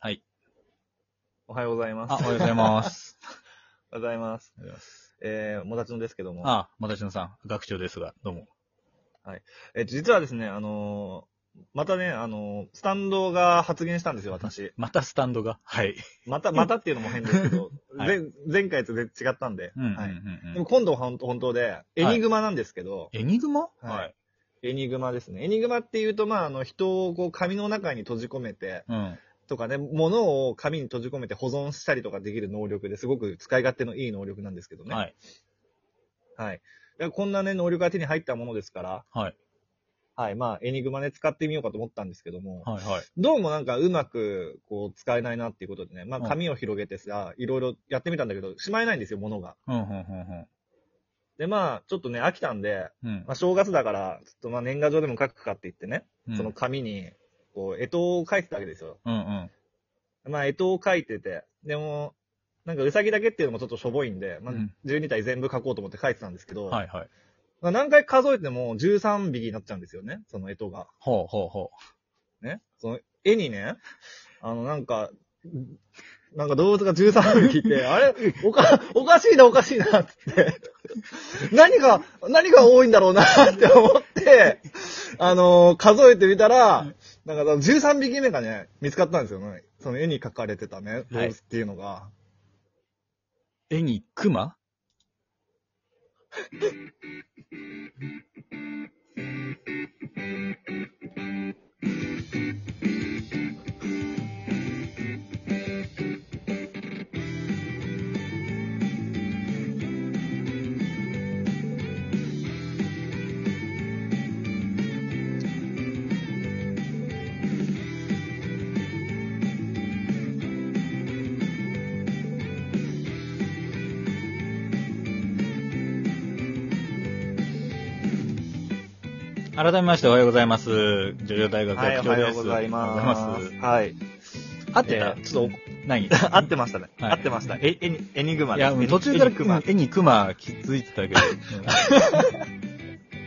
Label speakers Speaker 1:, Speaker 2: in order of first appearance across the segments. Speaker 1: はい。
Speaker 2: おはようございます。
Speaker 1: あ、おはようございます。
Speaker 2: おはようございます。
Speaker 1: おはようございます
Speaker 2: えー、もたちのですけども。
Speaker 1: あ、またしのさん、学長ですが、どうも。
Speaker 2: えー実はですね、あのーまたね、あのースタンドが発言したんですよ、私。
Speaker 1: またスタンドが。はい。
Speaker 2: また、またっていうのも変ですけど、
Speaker 1: はい
Speaker 2: 前前回と全然違ったんで。
Speaker 1: うん、うん、う
Speaker 2: はい
Speaker 1: ん
Speaker 2: で
Speaker 1: う
Speaker 2: も
Speaker 1: ん。
Speaker 2: 今度は本当本当で、エニグマなんですけど、
Speaker 1: エニグマ
Speaker 2: はい。エニグマですね。エニグマっていうと、まあ、あの、人をこう、紙の中に閉じ込めて、
Speaker 1: うん。
Speaker 2: とかね、物を紙に閉じ込めて保存したりとかできる能力ですごく使い勝手のいい能力なんですけどね。
Speaker 1: はい。
Speaker 2: はい。でこんなね、能力が手に入ったものですから、
Speaker 1: はい。
Speaker 2: はい。まあ、エニグマね、使ってみようかと思ったんですけども、
Speaker 1: はい、はい。
Speaker 2: どうもなんかうまく、こう、使えないなっていうことでね、まあ、
Speaker 1: うん
Speaker 2: 紙を広げてさ、いろいろやってみたんだけど、しまえないんですよ、物が。
Speaker 1: うん、うん、うん、
Speaker 2: で、まあ、ちょっとね、飽きたんで、
Speaker 1: うん
Speaker 2: まあ、正月だから、ちょっとまあ、年賀状でも書くかって言ってね、
Speaker 1: うん。
Speaker 2: その、紙に、こう、干支を書いてたわけですよ。
Speaker 1: うん、うん。
Speaker 2: まあ、干支を書いてて、でも、なんかうさぎだけっていうのもちょっとしょぼいんで、まあ
Speaker 1: うん、
Speaker 2: 12体全部書こうと思って書いてたんですけど、
Speaker 1: はい、はい。
Speaker 2: まあ、何回数えても13匹になっちゃうんですよね、その干支が。
Speaker 1: ほう、ほう、ほ
Speaker 2: ね。その絵にね、あの、なんか、なんか動物が13匹 いて、あれおか、おかしいな、おかしいな、って。何が、何が多いんだろうな、って思って、あの数えてみたら、なんかその13匹目がね、見つかったんですよね。その絵に描かれてたね、動物っていうのが。
Speaker 1: う。エニクマ改めましておはようございます。ジョジョ大学
Speaker 2: はい、お
Speaker 1: 学
Speaker 2: は
Speaker 1: 長
Speaker 2: よ
Speaker 1: で
Speaker 2: う
Speaker 1: す。
Speaker 2: ございま
Speaker 1: おはようござ
Speaker 2: す
Speaker 1: い。
Speaker 2: はい。
Speaker 1: ます合ってた
Speaker 2: えーちょっと
Speaker 1: 何い
Speaker 2: 合ってましたね。
Speaker 1: はい
Speaker 2: 合ってました。え、エニエニグマです
Speaker 1: や、もう途中から
Speaker 2: エニグマ。
Speaker 1: エニクマ気づいてた けど。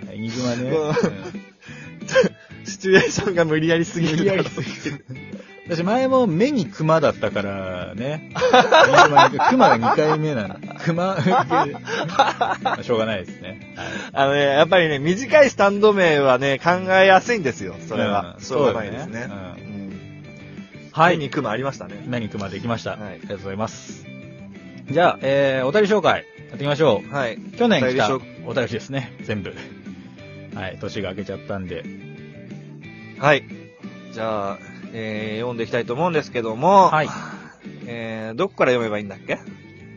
Speaker 1: うんエニグマね。
Speaker 2: うん
Speaker 1: うん
Speaker 2: シチュエーションが無理やりすぎる。
Speaker 1: 無理やりすぎる。私前も目にクマだったから ね。クマが2回目なの。クマ、まあしょうがないですね。
Speaker 2: あのね、やっぱりね、短いスタンド名はね、考えやすいんですよ、それは。
Speaker 1: うん
Speaker 2: しょうがないですね。
Speaker 1: そうだよ
Speaker 2: う
Speaker 1: ね
Speaker 2: ん
Speaker 1: は
Speaker 2: 手
Speaker 1: い。
Speaker 2: にクマありましたね。
Speaker 1: 何クマできました。
Speaker 2: はい
Speaker 1: ありがとうございます。じゃあ、えー、お便り紹介、やっていきましょ
Speaker 2: はい。
Speaker 1: う。去年来た
Speaker 2: お
Speaker 1: お
Speaker 2: 便
Speaker 1: 便りですね、全部。はい、年が明けちゃったんで。
Speaker 2: はい。じゃあ、えー、読んでいきたいと思うんですけども、
Speaker 1: はい。
Speaker 2: えー、どこから読めばいいんだっけ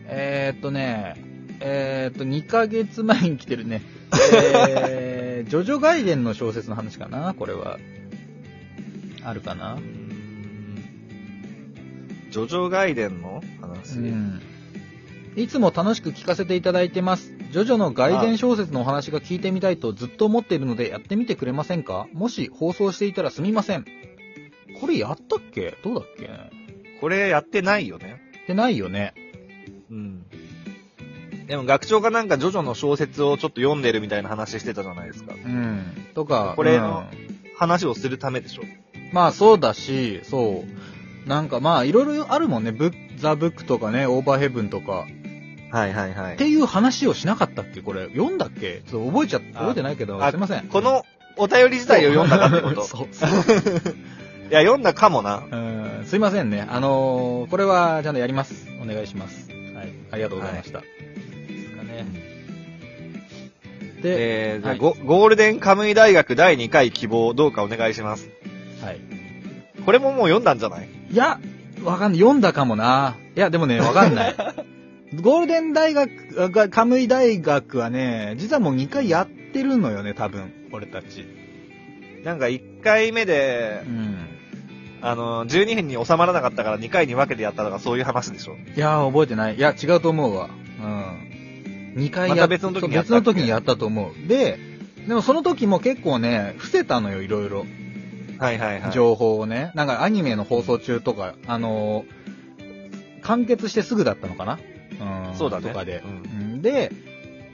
Speaker 1: えー、っとね、えー、っと、2ヶ月前に来てる ね、えー、ジョジョ外伝の小説の話かなこれは。あるかな
Speaker 2: ジョジョ外伝の話。
Speaker 1: うん。いつも楽しく聞かせていただいてます。ジョジョの外伝小説のお話が聞いてみたいとずっと思っているのでやってみてくれませんかもし放送していたらすみません。これやったっけどうだっけ
Speaker 2: これやってないよね。
Speaker 1: ってないよね。
Speaker 2: うん。でも学長がなんかジョジョの小説をちょっと読んでるみたいな話してたじゃないですか。
Speaker 1: うん。とか、
Speaker 2: これの
Speaker 1: うん
Speaker 2: 話をするためでしょ。
Speaker 1: まあそうだし、そう。なんかまあいろいろあるもんね。ブッザ・ブックとかね、オーバーヘブンとか。
Speaker 2: はいはいは
Speaker 1: っ
Speaker 2: い
Speaker 1: ていう話をしなかったっけこれ。読んだっけちょっと覚えちゃ、覚えてないけど、
Speaker 2: あ
Speaker 1: すいません。
Speaker 2: このお便り自体を読んだかってこ と。
Speaker 1: そうそう
Speaker 2: いや、読んだかもな。
Speaker 1: うんすいませんね。あのーこれはちゃんとやります。お願いします。はい。ありがとうございました。ですかね。で、
Speaker 2: えー、じゃあ、
Speaker 1: はい
Speaker 2: ゴゴールデンカムイ大学第2回希望、どうかお願いします。
Speaker 1: はい。
Speaker 2: これももう読んだんじゃない
Speaker 1: いや、わかんない。読んだかもな。いや、でもね、わかん ない。ゴールデン大学、あがカムイ大学はね、実はもう2回やってるのよね、多分。俺たち。
Speaker 2: なんか1回目で
Speaker 1: う、ん。
Speaker 2: あの、12分に収まらなかったから2回に分けてやったとかそういう話でしょ。
Speaker 1: いやー、覚えてない。いや、違うと思うわ。うん。2回や
Speaker 2: また別の時にやったっけ
Speaker 1: 別の時にやったと思う。で、でもその時も結構ね、伏せたのよ、いろいろ。
Speaker 2: はいはいはい。
Speaker 1: 情報をね。なんかアニメの放送中とか、あのー完結してすぐだったのかなうん。
Speaker 2: そうだね
Speaker 1: とかで
Speaker 2: う。ん
Speaker 1: うんで、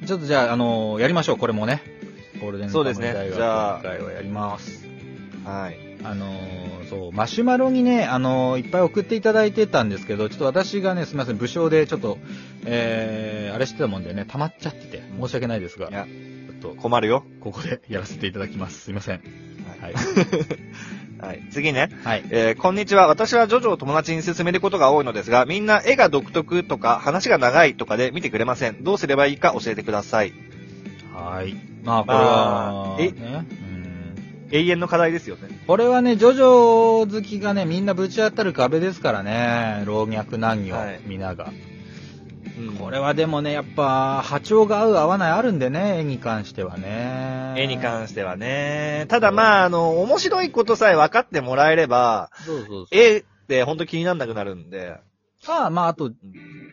Speaker 1: ちょっとじゃあ、あのーやりましょう、これもね。ゴールデン
Speaker 2: そうですね
Speaker 1: カムイ大
Speaker 2: じゃあ
Speaker 1: 学の会はやります。
Speaker 2: はい。
Speaker 1: あのーそう、マシュマロにね、あのーいっぱい送っていただいてたんですけど、ちょっと私がね、すみません、武将でちょっと、えー、あれしてたもんでね、溜まっちゃってて、申し訳ないですが、
Speaker 2: い
Speaker 1: ちょ
Speaker 2: や
Speaker 1: っと、
Speaker 2: 困るよ。
Speaker 1: ここでやらせていただきます。すいません。はい。
Speaker 2: はい。次ね。
Speaker 1: はい。
Speaker 2: えーこんにちは。私はジョジョを友達に勧めることが多いのですが、みんな絵が独特とか、話が長いとかで見てくれません。どうすればいいか教えてください。
Speaker 1: はい。まあ、これ
Speaker 2: まあ
Speaker 1: は、
Speaker 2: え
Speaker 1: ね、うん
Speaker 2: 永遠の課題ですよね。
Speaker 1: これはね、ジョジョ好きがね、みんなぶち当たる壁ですからね、老若男女、
Speaker 2: はい
Speaker 1: 皆が。こ
Speaker 2: こ
Speaker 1: れはでもね、やっぱ、波長が合う合わないあるんでね、絵に関してはね。
Speaker 2: 絵に関してはね。ただまあ、あの、面白いことさえ分かってもらえれば、
Speaker 1: そうそうそう。
Speaker 2: 絵ってほんと気にならなくなるんで。
Speaker 1: まあまあ、あと、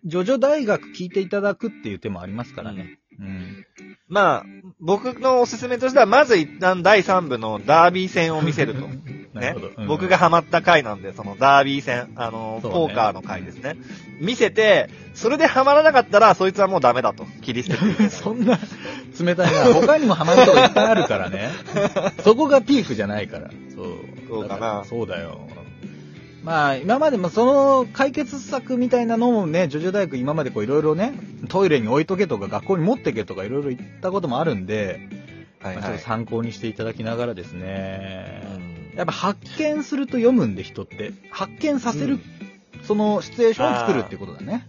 Speaker 1: ジョジョ大学聞いていただくっていう手もありますからね。うん。
Speaker 2: まあ、僕のおすすめとしては、まず一旦第3部のダービー戦を 見せると。
Speaker 1: な
Speaker 2: ね
Speaker 1: るほど。うん
Speaker 2: 僕が、ハマった回なんで、そのダービー戦、あの、
Speaker 1: そうね
Speaker 2: ポーカーの回ですね。見せて、それでハマらなかったら、そいつはもうダメだと。切り捨てていいか ら。
Speaker 1: そんな、冷たいな。他にもハマるとこいっぱいあるから ね。そこがピークじゃないから。そう。
Speaker 2: そうかな
Speaker 1: だらそうだよ。まあ、今までもその解決策みたいなのもね、ジョジョ大学今までこういろいろね、トイレに置いとけとか学校に持ってけとかいろいろ言ったこともあるんで、
Speaker 2: はい
Speaker 1: まあちょっ
Speaker 2: はい
Speaker 1: と。参考にしていただきながらですね。
Speaker 2: うん
Speaker 1: やっぱ発見すると読むんで人って、発見させる、そのシチュエーションを作るってことだね。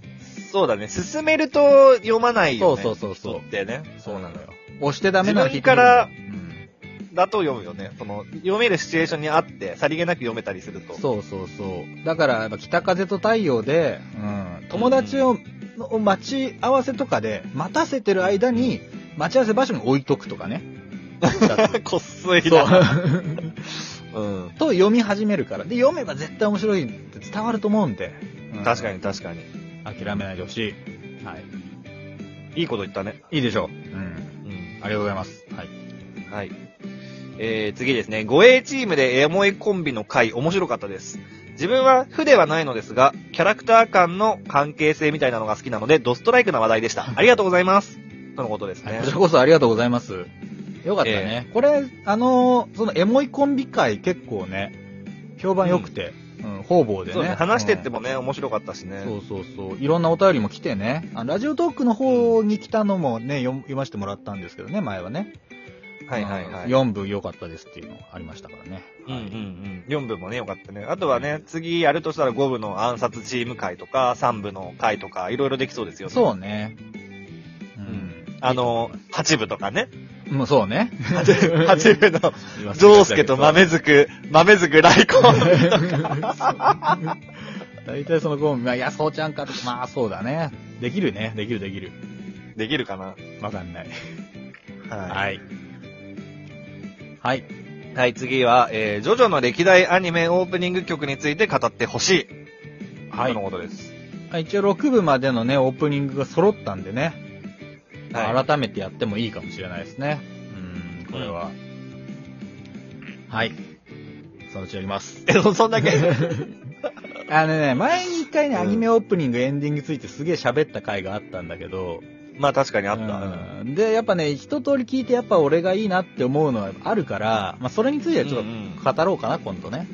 Speaker 2: そうだね。進めると読まないよね。
Speaker 1: そうそうそうそう
Speaker 2: 人ってね。
Speaker 1: そうなのよ。押してダメな
Speaker 2: 自分から
Speaker 1: うん
Speaker 2: だと読むよね。その、読めるシチュエーションにあって、さりげなく読めたりすると。
Speaker 1: そうそうそう。だから、やっぱ北風と太陽で、うん、友達を、の待ち合わせとかで、待たせてる間に、待ち合わせ場所に置いとくとかね。
Speaker 2: こっそり
Speaker 1: そ
Speaker 2: だ。
Speaker 1: う。
Speaker 2: うん。
Speaker 1: と読み始めるから。で、読めば絶対面白いって伝わると思うんで。うん
Speaker 2: 確かに確かに。
Speaker 1: 諦めないでほしい。はい。
Speaker 2: いいこと言ったね。
Speaker 1: いいでしょう。うん。
Speaker 2: うん。
Speaker 1: ありがとうございます。はい。
Speaker 2: はい。えー、次ですね。護衛チームでエモエコンビの回、面白かったです。自分は負ではないのですが、キャラクター間の関係性みたいなのが好きなので、ドストライクな話題でした。ありがとうございます。とのことです
Speaker 1: は
Speaker 2: ね
Speaker 1: いこち。らこそありがとうございます。よかったね。これ、あのーそのエモいコンビ会結構ね、評判良くて、うん、方々で
Speaker 2: そう
Speaker 1: ね。
Speaker 2: ね。話してってもね、面白かったし
Speaker 1: う
Speaker 2: ね
Speaker 1: ん、。そうそうそう。いろんなお便りも来てね。あラジオトークの方に来たのもね、読読ませてもらったんですけどね、前はね。
Speaker 2: はいはいはい。
Speaker 1: 4部良かったですっていうのありましたからね。
Speaker 2: うんうんうん。4部もね、よかったね。あとはね、次やるとしたら5部の暗殺チーム会とか、3部の会とか、いろいろできそうですよね。
Speaker 1: そうね。う
Speaker 2: うんん。。あの、8部とか ね。
Speaker 1: もうそうね。
Speaker 2: 8部の、
Speaker 1: 言わせ
Speaker 2: ジ
Speaker 1: ていた
Speaker 2: ョ
Speaker 1: だ
Speaker 2: ウ
Speaker 1: き
Speaker 2: ス
Speaker 1: たい
Speaker 2: ケ
Speaker 1: けど
Speaker 2: と豆づく、豆づく来 航。
Speaker 1: 大体そのコンビ、まあ、いや、そうちゃんかとか、まあそうだね。できるね。できるできる。
Speaker 2: できるかな
Speaker 1: わかんない。
Speaker 2: は
Speaker 1: はい。はい。
Speaker 2: い。はい、次は、えー、ジョジョの歴代アニメオープニング曲について語ってほしい。
Speaker 1: はい
Speaker 2: とのことです。
Speaker 1: 一応6部までのね、オープニングが揃ったんでね、
Speaker 2: はい。
Speaker 1: 改めてやってもいいかもしれないですね。うん、これは。はい。そのうちやります。
Speaker 2: え、そん だけ
Speaker 1: あのね、前に一回ね、
Speaker 2: うん
Speaker 1: アニメオープニング、エンディングについてすげえ喋った回があったんだけど、
Speaker 2: まあ確かにあった。
Speaker 1: うんで、やっぱね、一通り聞いてやっぱ俺がいいなって思うのはあるから、まあそれについてはちょっ
Speaker 2: うんうん
Speaker 1: と語ろうかな、今度ね。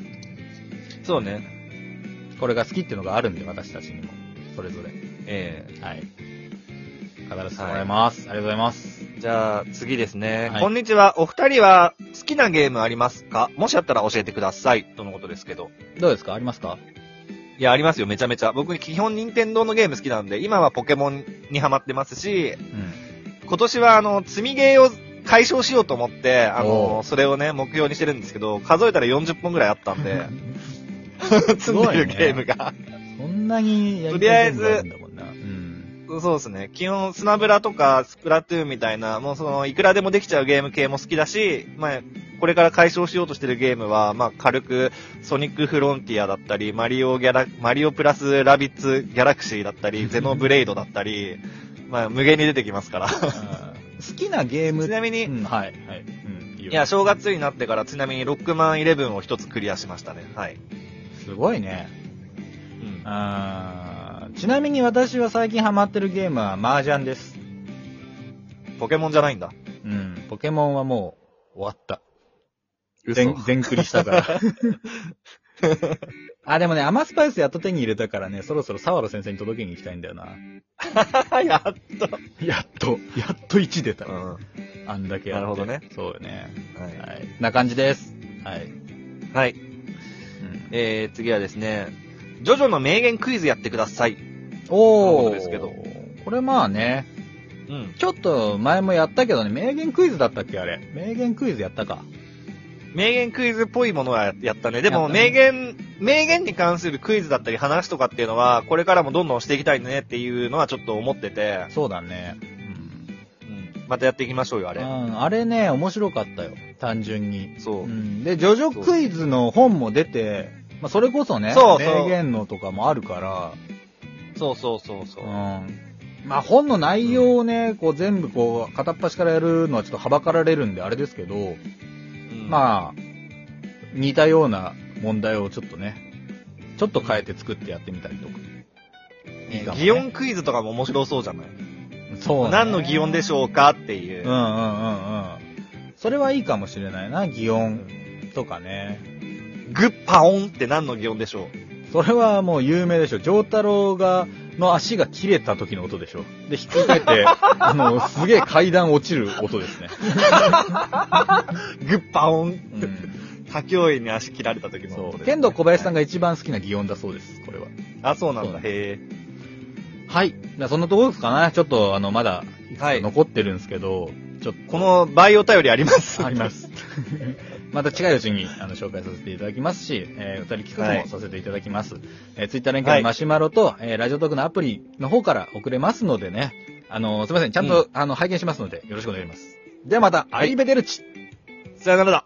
Speaker 2: そうね。
Speaker 1: これが好きっていうのがあるんで、私たちにも。それぞれ。
Speaker 2: えー、
Speaker 1: はい。語らせてもらいます。ありがとうございます。
Speaker 2: じゃあ、次ですね、
Speaker 1: はい
Speaker 2: こんにちは。お二人は好きなゲームありますかもしあったら教えてください。とのことですけど。
Speaker 1: どうですかありますか
Speaker 2: いや、ありますよ。めちゃめちゃ。僕、基本、任天堂のゲーム好きなんで、今はポケモンにハマってますし、
Speaker 1: うん。
Speaker 2: 今年は、あの、積みゲーを解消しようと思って、あ
Speaker 1: お
Speaker 2: の、
Speaker 1: う
Speaker 2: それをね、目標にしてるんですけど、数えたら40本ぐらいあった んで、積んでるゲームが。
Speaker 1: そんなにやりたいことがあるんだもんな。うん。
Speaker 2: そうですね。基本、スナブラとか、スプラトゥーンみたいな、もうその、いくらでもできちゃうゲーム系も好きだし、まあ、これから解消しようとしてるゲームは、まあ、軽く、ソニックフロンティアだったり、マリオギャラ、マリオプラスラビッツギャラクシーだった り、ゼノブレイドだったり、まあ、無限に出てきます から。
Speaker 1: あ ー好きなゲーム
Speaker 2: ちなみに
Speaker 1: うん、はい、はい。うん、いいよ
Speaker 2: いや、正月になってから、ちなみにロックマンイレブンを一つクリアしましたね。はい。
Speaker 1: すごいね。
Speaker 2: うん
Speaker 1: あーちなみに私は最近ハマってるゲームは麻雀です。
Speaker 2: ポケモンじゃないんだ。
Speaker 1: うん。ポケモンはもう終わった。全
Speaker 2: 嘘。、
Speaker 1: 全クリしたから。あ、でもね、甘スパイスやっと手に入れたからね、そろそろ沢野先生に届けに行きたいんだよな。
Speaker 2: やっと。
Speaker 1: やっと、やっと1出た。
Speaker 2: うん。は
Speaker 1: あんだけやって
Speaker 2: なるほどね。
Speaker 1: そうよね。
Speaker 2: い。
Speaker 1: はい。な感じです。はい。
Speaker 2: はい。えー、次はですね、ジョジョの名言クイズやってください。
Speaker 1: お
Speaker 2: なるほど
Speaker 1: ー。
Speaker 2: ですけど
Speaker 1: これまあね、
Speaker 2: うん。
Speaker 1: ちょっと前もやったけどね、名言クイズだったっけあれ。名言クイズやったか。
Speaker 2: 名言クイズっぽいものはやったね。で
Speaker 1: や
Speaker 2: も、
Speaker 1: ったね
Speaker 2: 名言、名言に関するクイズだったり話とかっていうのは、これからもどんどんしていきたいねっていうのはちょっと思ってて、
Speaker 1: そうだね。うん。
Speaker 2: うん、またやっていきましょうよ、あ
Speaker 1: あ
Speaker 2: れ
Speaker 1: れ,、う。ん、あれね、面白かったよ。単純に。
Speaker 2: そうう。
Speaker 1: ん、で、ジョジョクイズの本も出て、まあ、それこそね、
Speaker 2: そうそう
Speaker 1: 名言のとかもあるから、
Speaker 2: そうそうそうそうう。
Speaker 1: ん。まあ、本の内容をね、こう全部こう、片っ端からやるのはちょっとはばかられるんであれですけど、
Speaker 2: あ、
Speaker 1: まあ、似たような問題をちょっとね、ちょっと変えて作ってやってみたりとか。いいかもね
Speaker 2: 擬音クイズとかも面白そうじゃない、
Speaker 1: そう、
Speaker 2: 何の擬音でし
Speaker 1: ょ
Speaker 2: ょうかっていう
Speaker 1: ん
Speaker 2: う。
Speaker 1: うんうんうん。それはいいかもしれないな、擬音とかね。
Speaker 2: グッパオンって何の擬音でしょ
Speaker 1: それはもう有名でしょ。丈太郎が、の足が切れた時の音でしょ。で、ひっくり返 って、あの、すげえ階段落ちる音ですね。
Speaker 2: うグッパオン。
Speaker 1: うん、
Speaker 2: 他教員に足切られた時の音
Speaker 1: そ
Speaker 2: です
Speaker 1: う。
Speaker 2: ね。
Speaker 1: 剣道小林さんが一番好きな擬音だそうです、これは。
Speaker 2: あ、そうなん
Speaker 1: そう
Speaker 2: だ。へえ。
Speaker 1: はい。じゃあそんなところですかね。ちょっと、あの、まだ、
Speaker 2: はい
Speaker 1: 残ってるんですけど、ちょっ
Speaker 2: この倍お便りあります。
Speaker 1: と、ありま。す。また近いうちにあの紹介させていただきますし、えー、お二人企画もさせていただきます。えー、ツイッター連携のマシュマロと、えーラジオトークのアプリの方から送れますのでね、あの、すいません、ちゃんと、あの、拝見しますので、よろしくお願いします。ではまた、アリベデルチ
Speaker 2: さよならだ。